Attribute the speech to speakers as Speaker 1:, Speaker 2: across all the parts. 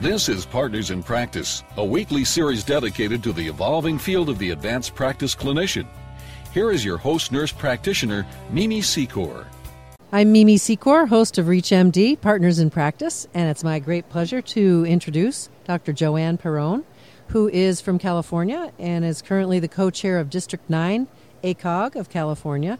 Speaker 1: This is Partners in Practice, a weekly series dedicated to the evolving field of the advanced practice clinician. Here is your host nurse practitioner, Mimi Secor.
Speaker 2: I'm Mimi Secor, host of ReachMD, Partners in Practice, and it's my great pleasure to introduce Dr. Joanne Perrone, who is from California and is currently the co chair of District 9, ACOG of California,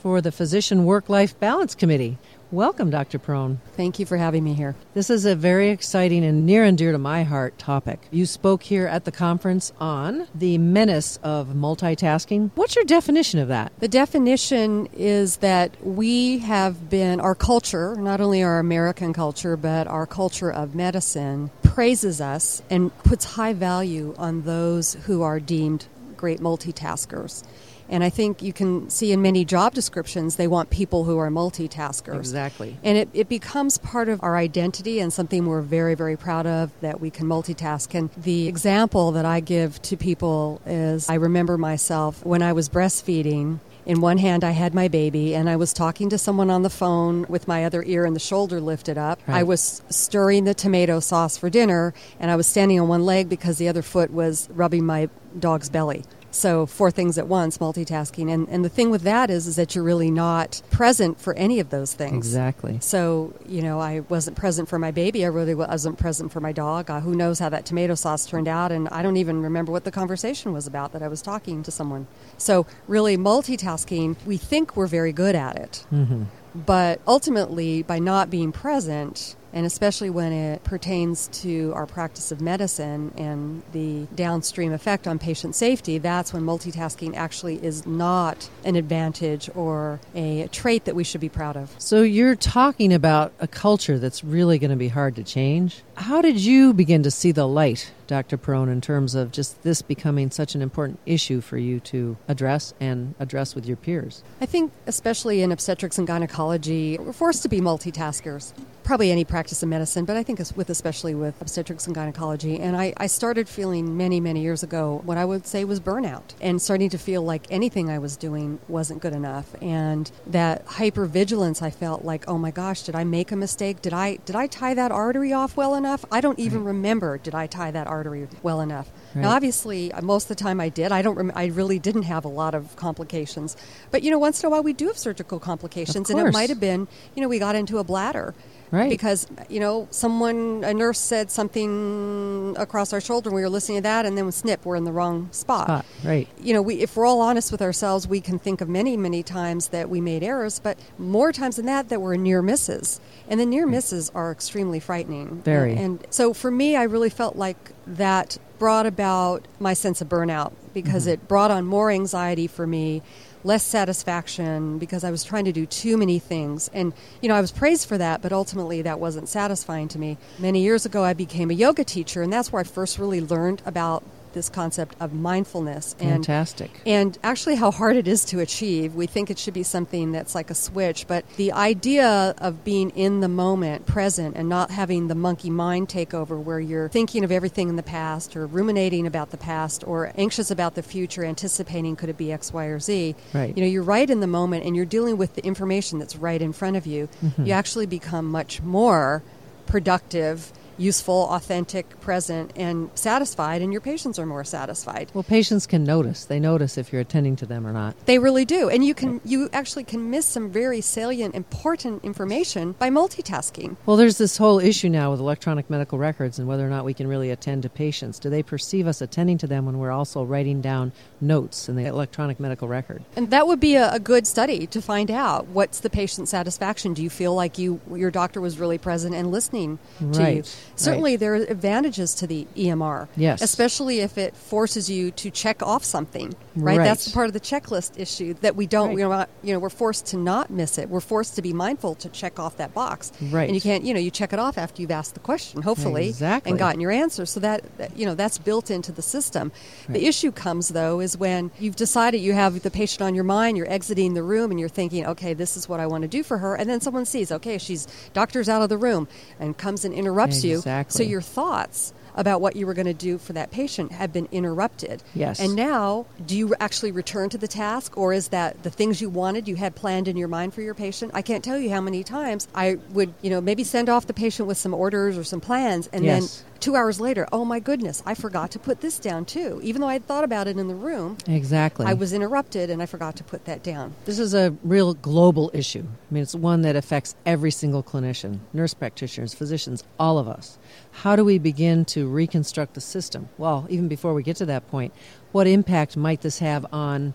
Speaker 2: for the Physician Work Life Balance Committee. Welcome, Dr. Perrone.
Speaker 3: Thank you for having me here.
Speaker 2: This is a very exciting and near and dear to my heart topic. You spoke here at the conference on the menace of multitasking. What's your definition of that?
Speaker 3: The definition is that we have been, our culture, not only our American culture, but our culture of medicine, praises us and puts high value on those who are deemed great multitaskers. And I think you can see in many job descriptions, they want people who are multitaskers.
Speaker 2: Exactly.
Speaker 3: And it, it becomes part of our identity and something we're very, very proud of that we can multitask. And the example that I give to people is I remember myself when I was breastfeeding. In one hand, I had my baby, and I was talking to someone on the phone with my other ear and the shoulder lifted up.
Speaker 2: Right.
Speaker 3: I was stirring the tomato sauce for dinner, and I was standing on one leg because the other foot was rubbing my dog's belly. So four things at once, multitasking. And, and the thing with that is, is that you're really not present for any of those things.
Speaker 2: Exactly.
Speaker 3: So, you know, I wasn't present for my baby. I really wasn't present for my dog. Uh, who knows how that tomato sauce turned out? And I don't even remember what the conversation was about that I was talking to someone. So, really, multitasking, we think we're very good at it.
Speaker 2: Mm-hmm.
Speaker 3: But ultimately, by not being present, and especially when it pertains to our practice of medicine and the downstream effect on patient safety, that's when multitasking actually is not an advantage or a trait that we should be proud of.
Speaker 2: So you're talking about a culture that's really going to be hard to change. How did you begin to see the light, Dr. Perone, in terms of just this becoming such an important issue for you to address and address with your peers?
Speaker 3: I think, especially in obstetrics and gynecology, we're forced to be multitaskers. Probably any practice of medicine, but I think it's with especially with obstetrics and gynecology. And I, I started feeling many, many years ago what I would say was burnout and starting to feel like anything I was doing wasn't good enough. And that hypervigilance I felt like, oh my gosh, did I make a mistake? Did I did I tie that artery off well enough? I don't even remember did I tie that artery well enough. Now
Speaker 2: Right.
Speaker 3: obviously uh, most of the time I did. I don't rem- I really didn't have a lot of complications. But you know once in a while we do have surgical complications and it
Speaker 2: course.
Speaker 3: might have been, you know, we got into a bladder
Speaker 2: Right.
Speaker 3: because you know someone a nurse said something across our shoulder and we were listening to that and then with snip we're in the wrong spot
Speaker 2: Ah, right.
Speaker 3: you know we, if we're all honest with ourselves we can think of many many times that we made errors but more times than that that were near misses and the near misses are extremely frightening
Speaker 2: Hmm. Very.
Speaker 3: and, and so for me i really felt like that brought about my sense of burnout because it brought on more anxiety for me less satisfaction because I was trying to do too many things. And, you know, I was praised for that, but ultimately that wasn't satisfying to me. Many years ago, I became a yoga teacher, and that's where I first really learned about this concept of mindfulness and
Speaker 2: Fantastic.
Speaker 3: and actually how hard it is to achieve. We think it should be something that's like a switch, but the idea of being in the moment, present, and not having the monkey mind take over where you're thinking of everything in the past or ruminating about the past or anxious about the future, anticipating could it be X, Y, or Z.
Speaker 2: Right.
Speaker 3: You know, you're right in the moment and you're dealing with the information that's right in front of you. You actually become much more productive. Useful, authentic, present, and satisfied, and your patients are more satisfied.
Speaker 2: Well, patients can notice. They notice if you're attending to them or not.
Speaker 3: They really do. And you can you actually can miss some very salient important information by multitasking.
Speaker 2: Well, there's this whole issue now with electronic medical records and whether or not we can really attend to patients. Do they perceive us attending to them when we're also writing down notes in the electronic medical record?
Speaker 3: And that would be a, a good study to find out what's the patient satisfaction. Do you feel like you your doctor was really present and listening to you?
Speaker 2: Right,
Speaker 3: Certainly there are advantages to the EMR.
Speaker 2: Yes.
Speaker 3: Especially if it forces you to check off something. Right.
Speaker 2: Right.
Speaker 3: That's the part of the checklist issue that we don't
Speaker 2: Right.
Speaker 3: we're not, you know, we're forced to not miss it. We're forced to be mindful to check off that box.
Speaker 2: Right.
Speaker 3: And you can't you know, you check it off after you've asked the question, hopefully.
Speaker 2: Exactly.
Speaker 3: And gotten your answer. So that, that- you know that's built into the system.
Speaker 2: Right.
Speaker 3: The issue comes though is when you've decided you have the patient on your mind, you're exiting the room, and you're thinking, okay, this is what I want to do for her, and then someone sees, okay, she's doctor's out of the room, and comes and interrupts you. So
Speaker 2: Exactly.
Speaker 3: your thoughts about what you were going to do for that patient have been interrupted.
Speaker 2: Yes.
Speaker 3: And now, do you actually return to the task, or is that the things you wanted you had planned in your mind for your patient? I can't tell you how many times I would, you know, maybe send off the patient with some orders or some plans, and
Speaker 2: Yes.
Speaker 3: then two hours later, oh my goodness, I forgot to put this down too. Even though I had thought about it in the room,
Speaker 2: Exactly.
Speaker 3: I was interrupted and I forgot to put that down.
Speaker 2: This is a real global issue. I mean, it's one that affects every single clinician, nurse practitioners, physicians, all of us. How do we begin to reconstruct the system? Well, even before we get to that point, what impact might this have on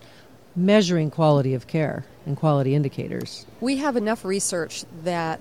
Speaker 2: measuring quality of care and quality indicators?
Speaker 3: We have enough research that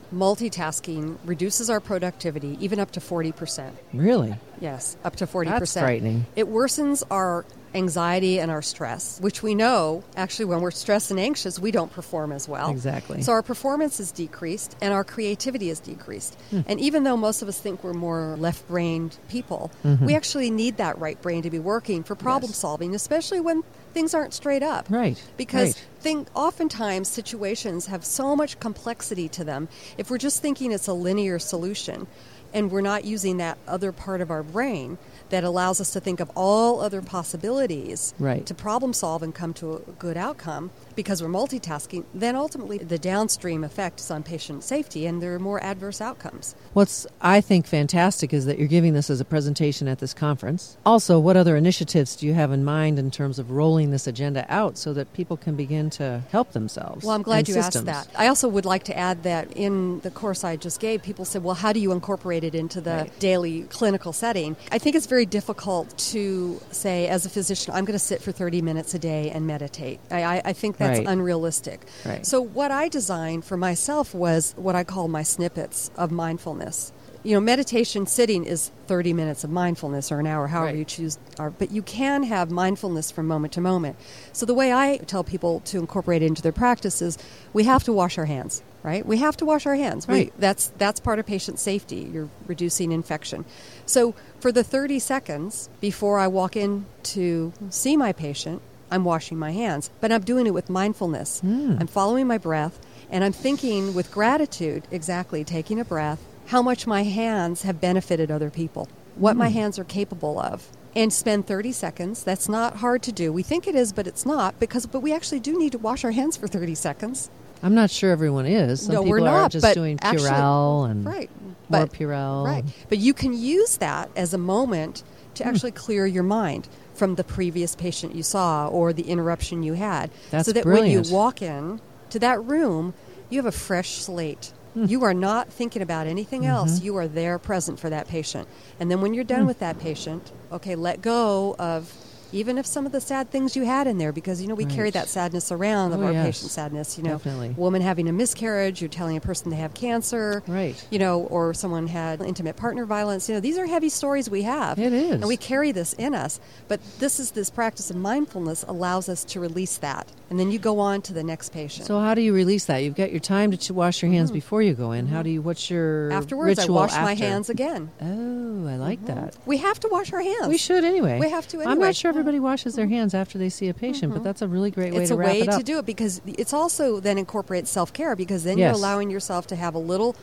Speaker 3: multitasking reduces our productivity even up to 40%.
Speaker 2: Really?
Speaker 3: Yes, up to 40%.
Speaker 2: That's frightening.
Speaker 3: It worsens our anxiety and our stress, which we know actually when we're stressed and anxious, we don't perform as well.
Speaker 2: Exactly.
Speaker 3: So our performance is decreased and our creativity is decreased.
Speaker 2: Hmm.
Speaker 3: And even though most of us think we're more left brained people,
Speaker 2: Mm-hmm.
Speaker 3: we actually need that right brain to be working for problem solving, especially when things aren't straight up.
Speaker 2: Right,
Speaker 3: Because
Speaker 2: right.
Speaker 3: think oftentimes situations have so much complexity to them if we're just thinking it's a linear solution and we're not using that other part of our brain that allows us to think of all other possibilities
Speaker 2: Right.
Speaker 3: to problem solve and come to a good outcome because we're multitasking then ultimately the downstream effect is on patient safety and there are more adverse outcomes
Speaker 2: What's, I think, fantastic is that you're giving this as a presentation at this conference. Also, what other initiatives do you have in mind in terms of rolling this agenda out so that people can begin to help themselves?
Speaker 3: Well, I'm glad
Speaker 2: and
Speaker 3: you
Speaker 2: systems?
Speaker 3: asked that. I also would like to add that in the course I just gave, people said, well, how do you incorporate it into the
Speaker 2: Right.
Speaker 3: daily clinical setting? I think it's very difficult to say, as a physician, I'm going to sit for 30 minutes a day and meditate. I, I, I think that's
Speaker 2: Right.
Speaker 3: unrealistic.
Speaker 2: Right.
Speaker 3: So, what I designed for myself was what I call my snippets of mindfulness. You know, meditation sitting is 30 minutes of mindfulness or an hour, however
Speaker 2: Right.
Speaker 3: you choose. Or, but you can have mindfulness from moment to moment. So the way I tell people to incorporate it into their practice is we have to wash our hands, right? We have to wash our hands. We-
Speaker 2: Right.
Speaker 3: that's, that's part of patient safety. You're reducing infection. So for the 30 seconds before I walk in to see my patient, I'm washing my hands, but I'm doing it with mindfulness. I'm following my breath and I'm thinking with gratitude, exactly, taking a breath, how much my hands have benefited other people, what my hands are capable of. And spend 30 seconds. That's not hard to do. We think it is, but it's not because but we actually do need to wash our hands for 30 seconds.
Speaker 2: I'm not sure everyone is. Some
Speaker 3: no,
Speaker 2: people
Speaker 3: we're
Speaker 2: are
Speaker 3: not.
Speaker 2: just
Speaker 3: but
Speaker 2: doing
Speaker 3: actually-
Speaker 2: Purell and
Speaker 3: right,
Speaker 2: more
Speaker 3: but,
Speaker 2: Purell.
Speaker 3: Right, but you can use that as a moment to
Speaker 2: Hmm.
Speaker 3: actually clear your mind from the previous patient you saw or the interruption you had,
Speaker 2: That's
Speaker 3: so that when
Speaker 2: brilliant.
Speaker 3: you walk in to that room, you have a fresh slate.
Speaker 2: Hmm.
Speaker 3: You are not thinking about anything
Speaker 2: Mm-hmm.
Speaker 3: else. You are there present for that patient. And then when you're
Speaker 2: Hmm.
Speaker 3: done with that patient, okay, let go of even if some of the sad things you had in there, because you know we carry
Speaker 2: Right.
Speaker 3: that sadness around of
Speaker 2: Oh,
Speaker 3: our
Speaker 2: yes.
Speaker 3: patient sadness. You know,
Speaker 2: Definitely.
Speaker 3: woman having a miscarriage, you're telling a person they have cancer,
Speaker 2: Right.
Speaker 3: You know, or someone had intimate partner violence. You know, these are heavy stories we have.
Speaker 2: It is.
Speaker 3: and we carry this in us. But this is this practice of mindfulness allows us to release that, and then you go on to the next patient.
Speaker 2: So how do you release that? You've got your time to ch- wash your hands before you go in. How do you? What's your
Speaker 3: Mm-hmm. afterwards,
Speaker 2: Ritual
Speaker 3: I wash my
Speaker 2: after?
Speaker 3: hands again.
Speaker 2: Oh, I like that.
Speaker 3: We have to wash our hands.
Speaker 2: We should anyway.
Speaker 3: We have to
Speaker 2: I'm
Speaker 3: anyway. Mm-hmm.
Speaker 2: not sure everybody washes their hands after they see a patient, but that's a really great way
Speaker 3: it's
Speaker 2: to
Speaker 3: a
Speaker 2: wrap
Speaker 3: way
Speaker 2: it up.
Speaker 3: to do it because it's also then incorporates self care because then
Speaker 2: Yes.
Speaker 3: you're allowing yourself to have a little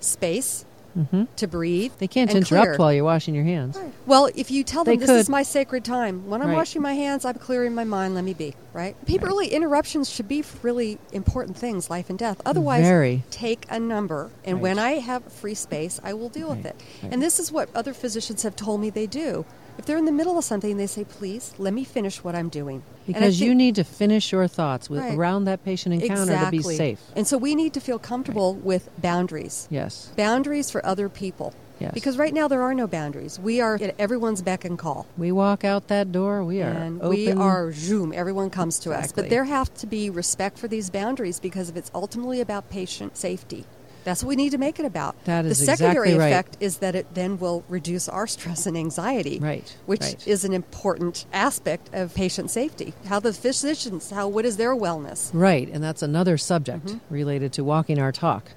Speaker 3: space to breathe.
Speaker 2: Mm-hmm. They can't
Speaker 3: and
Speaker 2: interrupt
Speaker 3: clear.
Speaker 2: while you're washing your hands.
Speaker 3: Well, if you tell them
Speaker 2: They
Speaker 3: this
Speaker 2: could.
Speaker 3: is my sacred time, when I'm
Speaker 2: Right.
Speaker 3: washing my hands, I'm clearing my mind, let me be, right? People really interruptions should be for really important things, life and death. Otherwise,
Speaker 2: Very.
Speaker 3: take a number and
Speaker 2: Right.
Speaker 3: when I have free space, I will deal with
Speaker 2: Right.
Speaker 3: it.
Speaker 2: Right.
Speaker 3: And this is what other physicians have told me they do. If they're in the middle of something, they say, "Please, let me finish what I'm doing." And I
Speaker 2: Because you
Speaker 3: think-
Speaker 2: need to finish your thoughts with,
Speaker 3: Right.
Speaker 2: around that patient encounter
Speaker 3: exactly.
Speaker 2: to be safe.
Speaker 3: And so we need to feel comfortable with boundaries
Speaker 2: Yes.
Speaker 3: boundaries for other people.
Speaker 2: Yes.
Speaker 3: Because right now there are no boundaries. We are at everyone's beck and call.
Speaker 2: We walk out that door. We are
Speaker 3: And
Speaker 2: open.
Speaker 3: we are Zoom. Everyone comes to us.
Speaker 2: Exactly.
Speaker 3: But there have to be respect for these boundaries because if it's ultimately about patient safety, that's what we need to make it about.
Speaker 2: That is
Speaker 3: the secondary
Speaker 2: exactly right.
Speaker 3: effect is that it then will reduce our stress and anxiety,
Speaker 2: Right,
Speaker 3: which
Speaker 2: right.
Speaker 3: is an important aspect of patient safety. How the physicians, how what is their wellness?
Speaker 2: Right, and that's another subject
Speaker 3: Mm-hmm.
Speaker 2: related to walking our talk.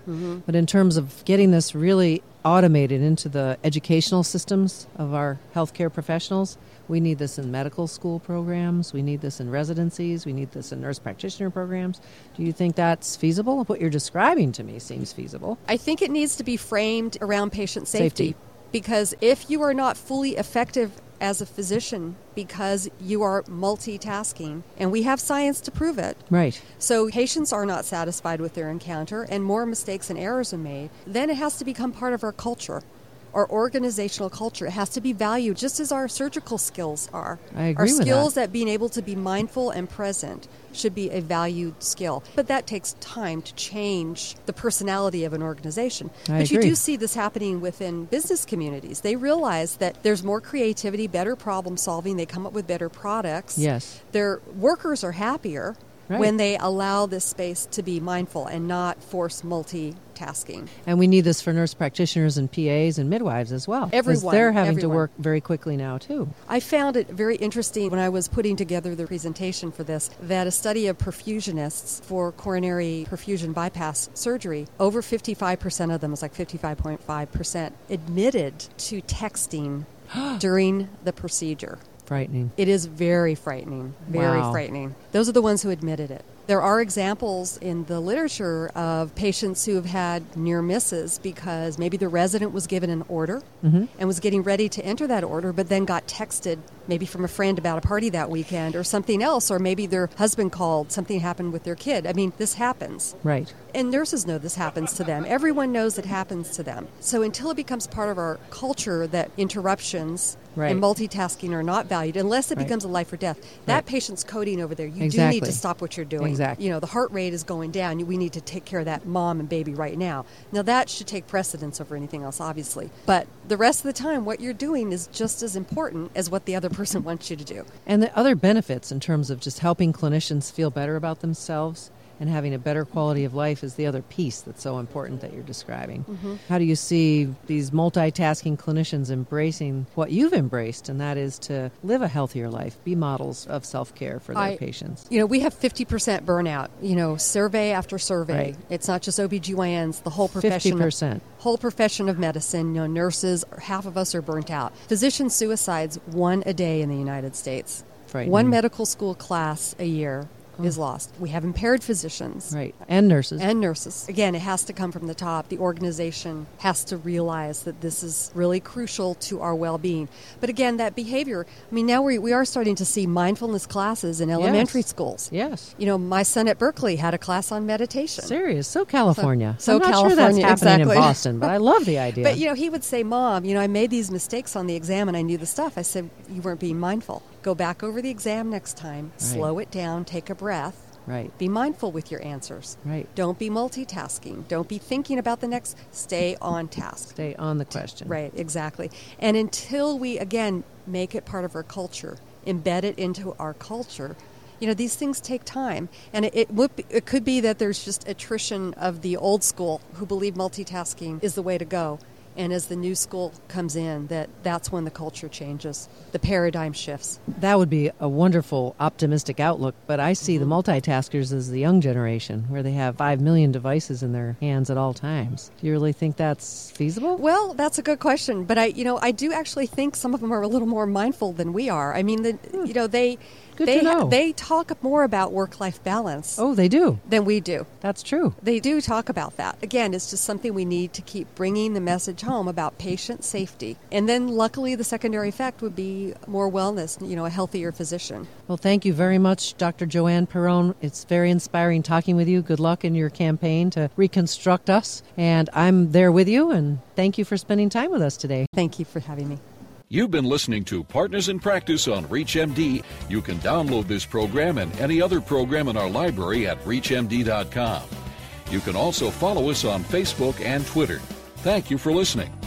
Speaker 2: But in terms of getting this really automated into the educational systems of our healthcare professionals, we need this in medical school programs, we need this in residencies, we need this in nurse practitioner programs. Do you think that's feasible? What you're describing to me seems feasible.
Speaker 3: I think it needs to be framed around patient safety.
Speaker 2: Safety.
Speaker 3: Because if you are not fully effective as a physician because you are multitasking, and we have science to prove it,
Speaker 2: Right.
Speaker 3: so patients are not satisfied with their encounter and more mistakes and errors are made, then it has to become part of our culture. Our organizational culture it has to be valued just as our surgical skills are.
Speaker 2: I agree
Speaker 3: our
Speaker 2: with
Speaker 3: skills at being able to be mindful and present should be a valued skill. But that takes time to change the personality of an organization.
Speaker 2: I
Speaker 3: but you
Speaker 2: agree.
Speaker 3: do see this happening within business communities. They realize that there's more creativity, better problem solving, they come up with better products
Speaker 2: Yes.
Speaker 3: their workers are happier
Speaker 2: Right.
Speaker 3: when they allow this space to be mindful and not force multitasking.
Speaker 2: And we need this for nurse practitioners and PAs and midwives as well. 'cause
Speaker 3: Everyone,
Speaker 2: They're having to
Speaker 3: everyone.
Speaker 2: work very quickly now, too.
Speaker 3: I found it very interesting when I was putting together the presentation for this that a study of perfusionists for coronary perfusion bypass surgery, over 55% of them, it's like 55.5%, admitted to texting during the procedure.
Speaker 2: Frightening.
Speaker 3: It is very frightening. Very
Speaker 2: Wow.
Speaker 3: frightening. Those are the ones who admitted it. There are examples in the literature of patients who have had near misses because maybe the resident was given an order and was getting ready to enter that order, but then got texted maybe from a friend about a party that weekend or something else, or maybe their husband called, something happened with their kid. I mean, this happens.
Speaker 2: Right.
Speaker 3: And nurses know this happens to them. Everyone knows it happens to them. So until it becomes part of our culture that interruptions
Speaker 2: Right.
Speaker 3: and multitasking are not valued, unless it
Speaker 2: Right.
Speaker 3: becomes a life or death, that
Speaker 2: Right.
Speaker 3: patient's coding over there. You do need
Speaker 2: Exactly.
Speaker 3: to stop what you're doing.
Speaker 2: Exactly.
Speaker 3: You know, the heart rate is going down. We need to take care of that mom and baby right now. Now that should take precedence over anything else, obviously. But the rest of the time, what you're doing is just as important as what the other person wants you to do.
Speaker 2: And the other benefits in terms of just helping clinicians feel better about themselves and having a better quality of life is the other piece that's so important that you're describing.
Speaker 3: Mm-hmm.
Speaker 2: How do you see these multitasking clinicians embracing what you've embraced, and that is to live a healthier life, be models of self care for their
Speaker 3: I-
Speaker 2: patients?
Speaker 3: You know, we have 50% burnout, you know, survey after survey.
Speaker 2: Right.
Speaker 3: It's not just OBGYNs, the whole profession.
Speaker 2: 50%.
Speaker 3: Whole profession of medicine, you know, nurses, half of us are burnt out. Physician suicides, one a day in the United States.
Speaker 2: Frightening. Mm.
Speaker 3: One medical school class a year is lost. We have impaired physicians
Speaker 2: Right. And nurses.
Speaker 3: and nurses. Again, it has to come from the top. The organization has to realize that this is really crucial to our well being. But again, that behavior I mean, now we, we are starting to see mindfulness classes in elementary schools.
Speaker 2: yes.
Speaker 3: You know, my son at Berkeley had a class on meditation.
Speaker 2: Serious. So California.
Speaker 3: So- so
Speaker 2: I'm not sure
Speaker 3: California,
Speaker 2: that's happening
Speaker 3: exactly.
Speaker 2: in Boston, but I love the idea.
Speaker 3: But you know, he would say, "Mom, you know, I made these mistakes on the exam, and I knew the stuff." I said, "You weren't being mindful. Go back over the exam next time. Slow it down. Take a breath.
Speaker 2: right.
Speaker 3: Be mindful with your answers.
Speaker 2: Right.
Speaker 3: Don't be multitasking. Don't be thinking about the next. Stay on task.
Speaker 2: Stay on the question.
Speaker 3: Right, exactly. And until we, again, make it part of our culture, embed it into our culture, you know, these things take time. And it, it, would be, it could be that there's just attrition of the old school who believe multitasking is the way to go. And as the new school comes in, that that's when the culture changes, the paradigm shifts.
Speaker 2: That would be a wonderful, optimistic outlook, but I see
Speaker 3: Mm-hmm.
Speaker 2: the multitaskers as the young generation, where they have 5 million devices in their hands at all times. Do you really think that's feasible?
Speaker 3: Well, that's a good question, but I, you know, I do actually think some of them are a little more mindful than we are. I mean, the, you know, they
Speaker 2: Hmm. Good
Speaker 3: they
Speaker 2: to know.
Speaker 3: they talk more about work-life balance
Speaker 2: oh, they do.
Speaker 3: than we do.
Speaker 2: That's true.
Speaker 3: They do talk about that. Again, it's just something we need to keep bringing the message home about patient safety. And then luckily the secondary effect would be more wellness, you know, a healthier physician.
Speaker 2: Well, thank you very much, Dr. Joanne Perrone. It's very inspiring talking with you. Good luck in your campaign to reconstruct us. And I'm there with you, and thank you for spending time with us today.
Speaker 3: Thank you for having me.
Speaker 1: You've been listening to Partners in Practice on ReachMD. You can download this program and any other program in our library at ReachMD.com. You can also follow us on Facebook and Twitter. Thank you for listening.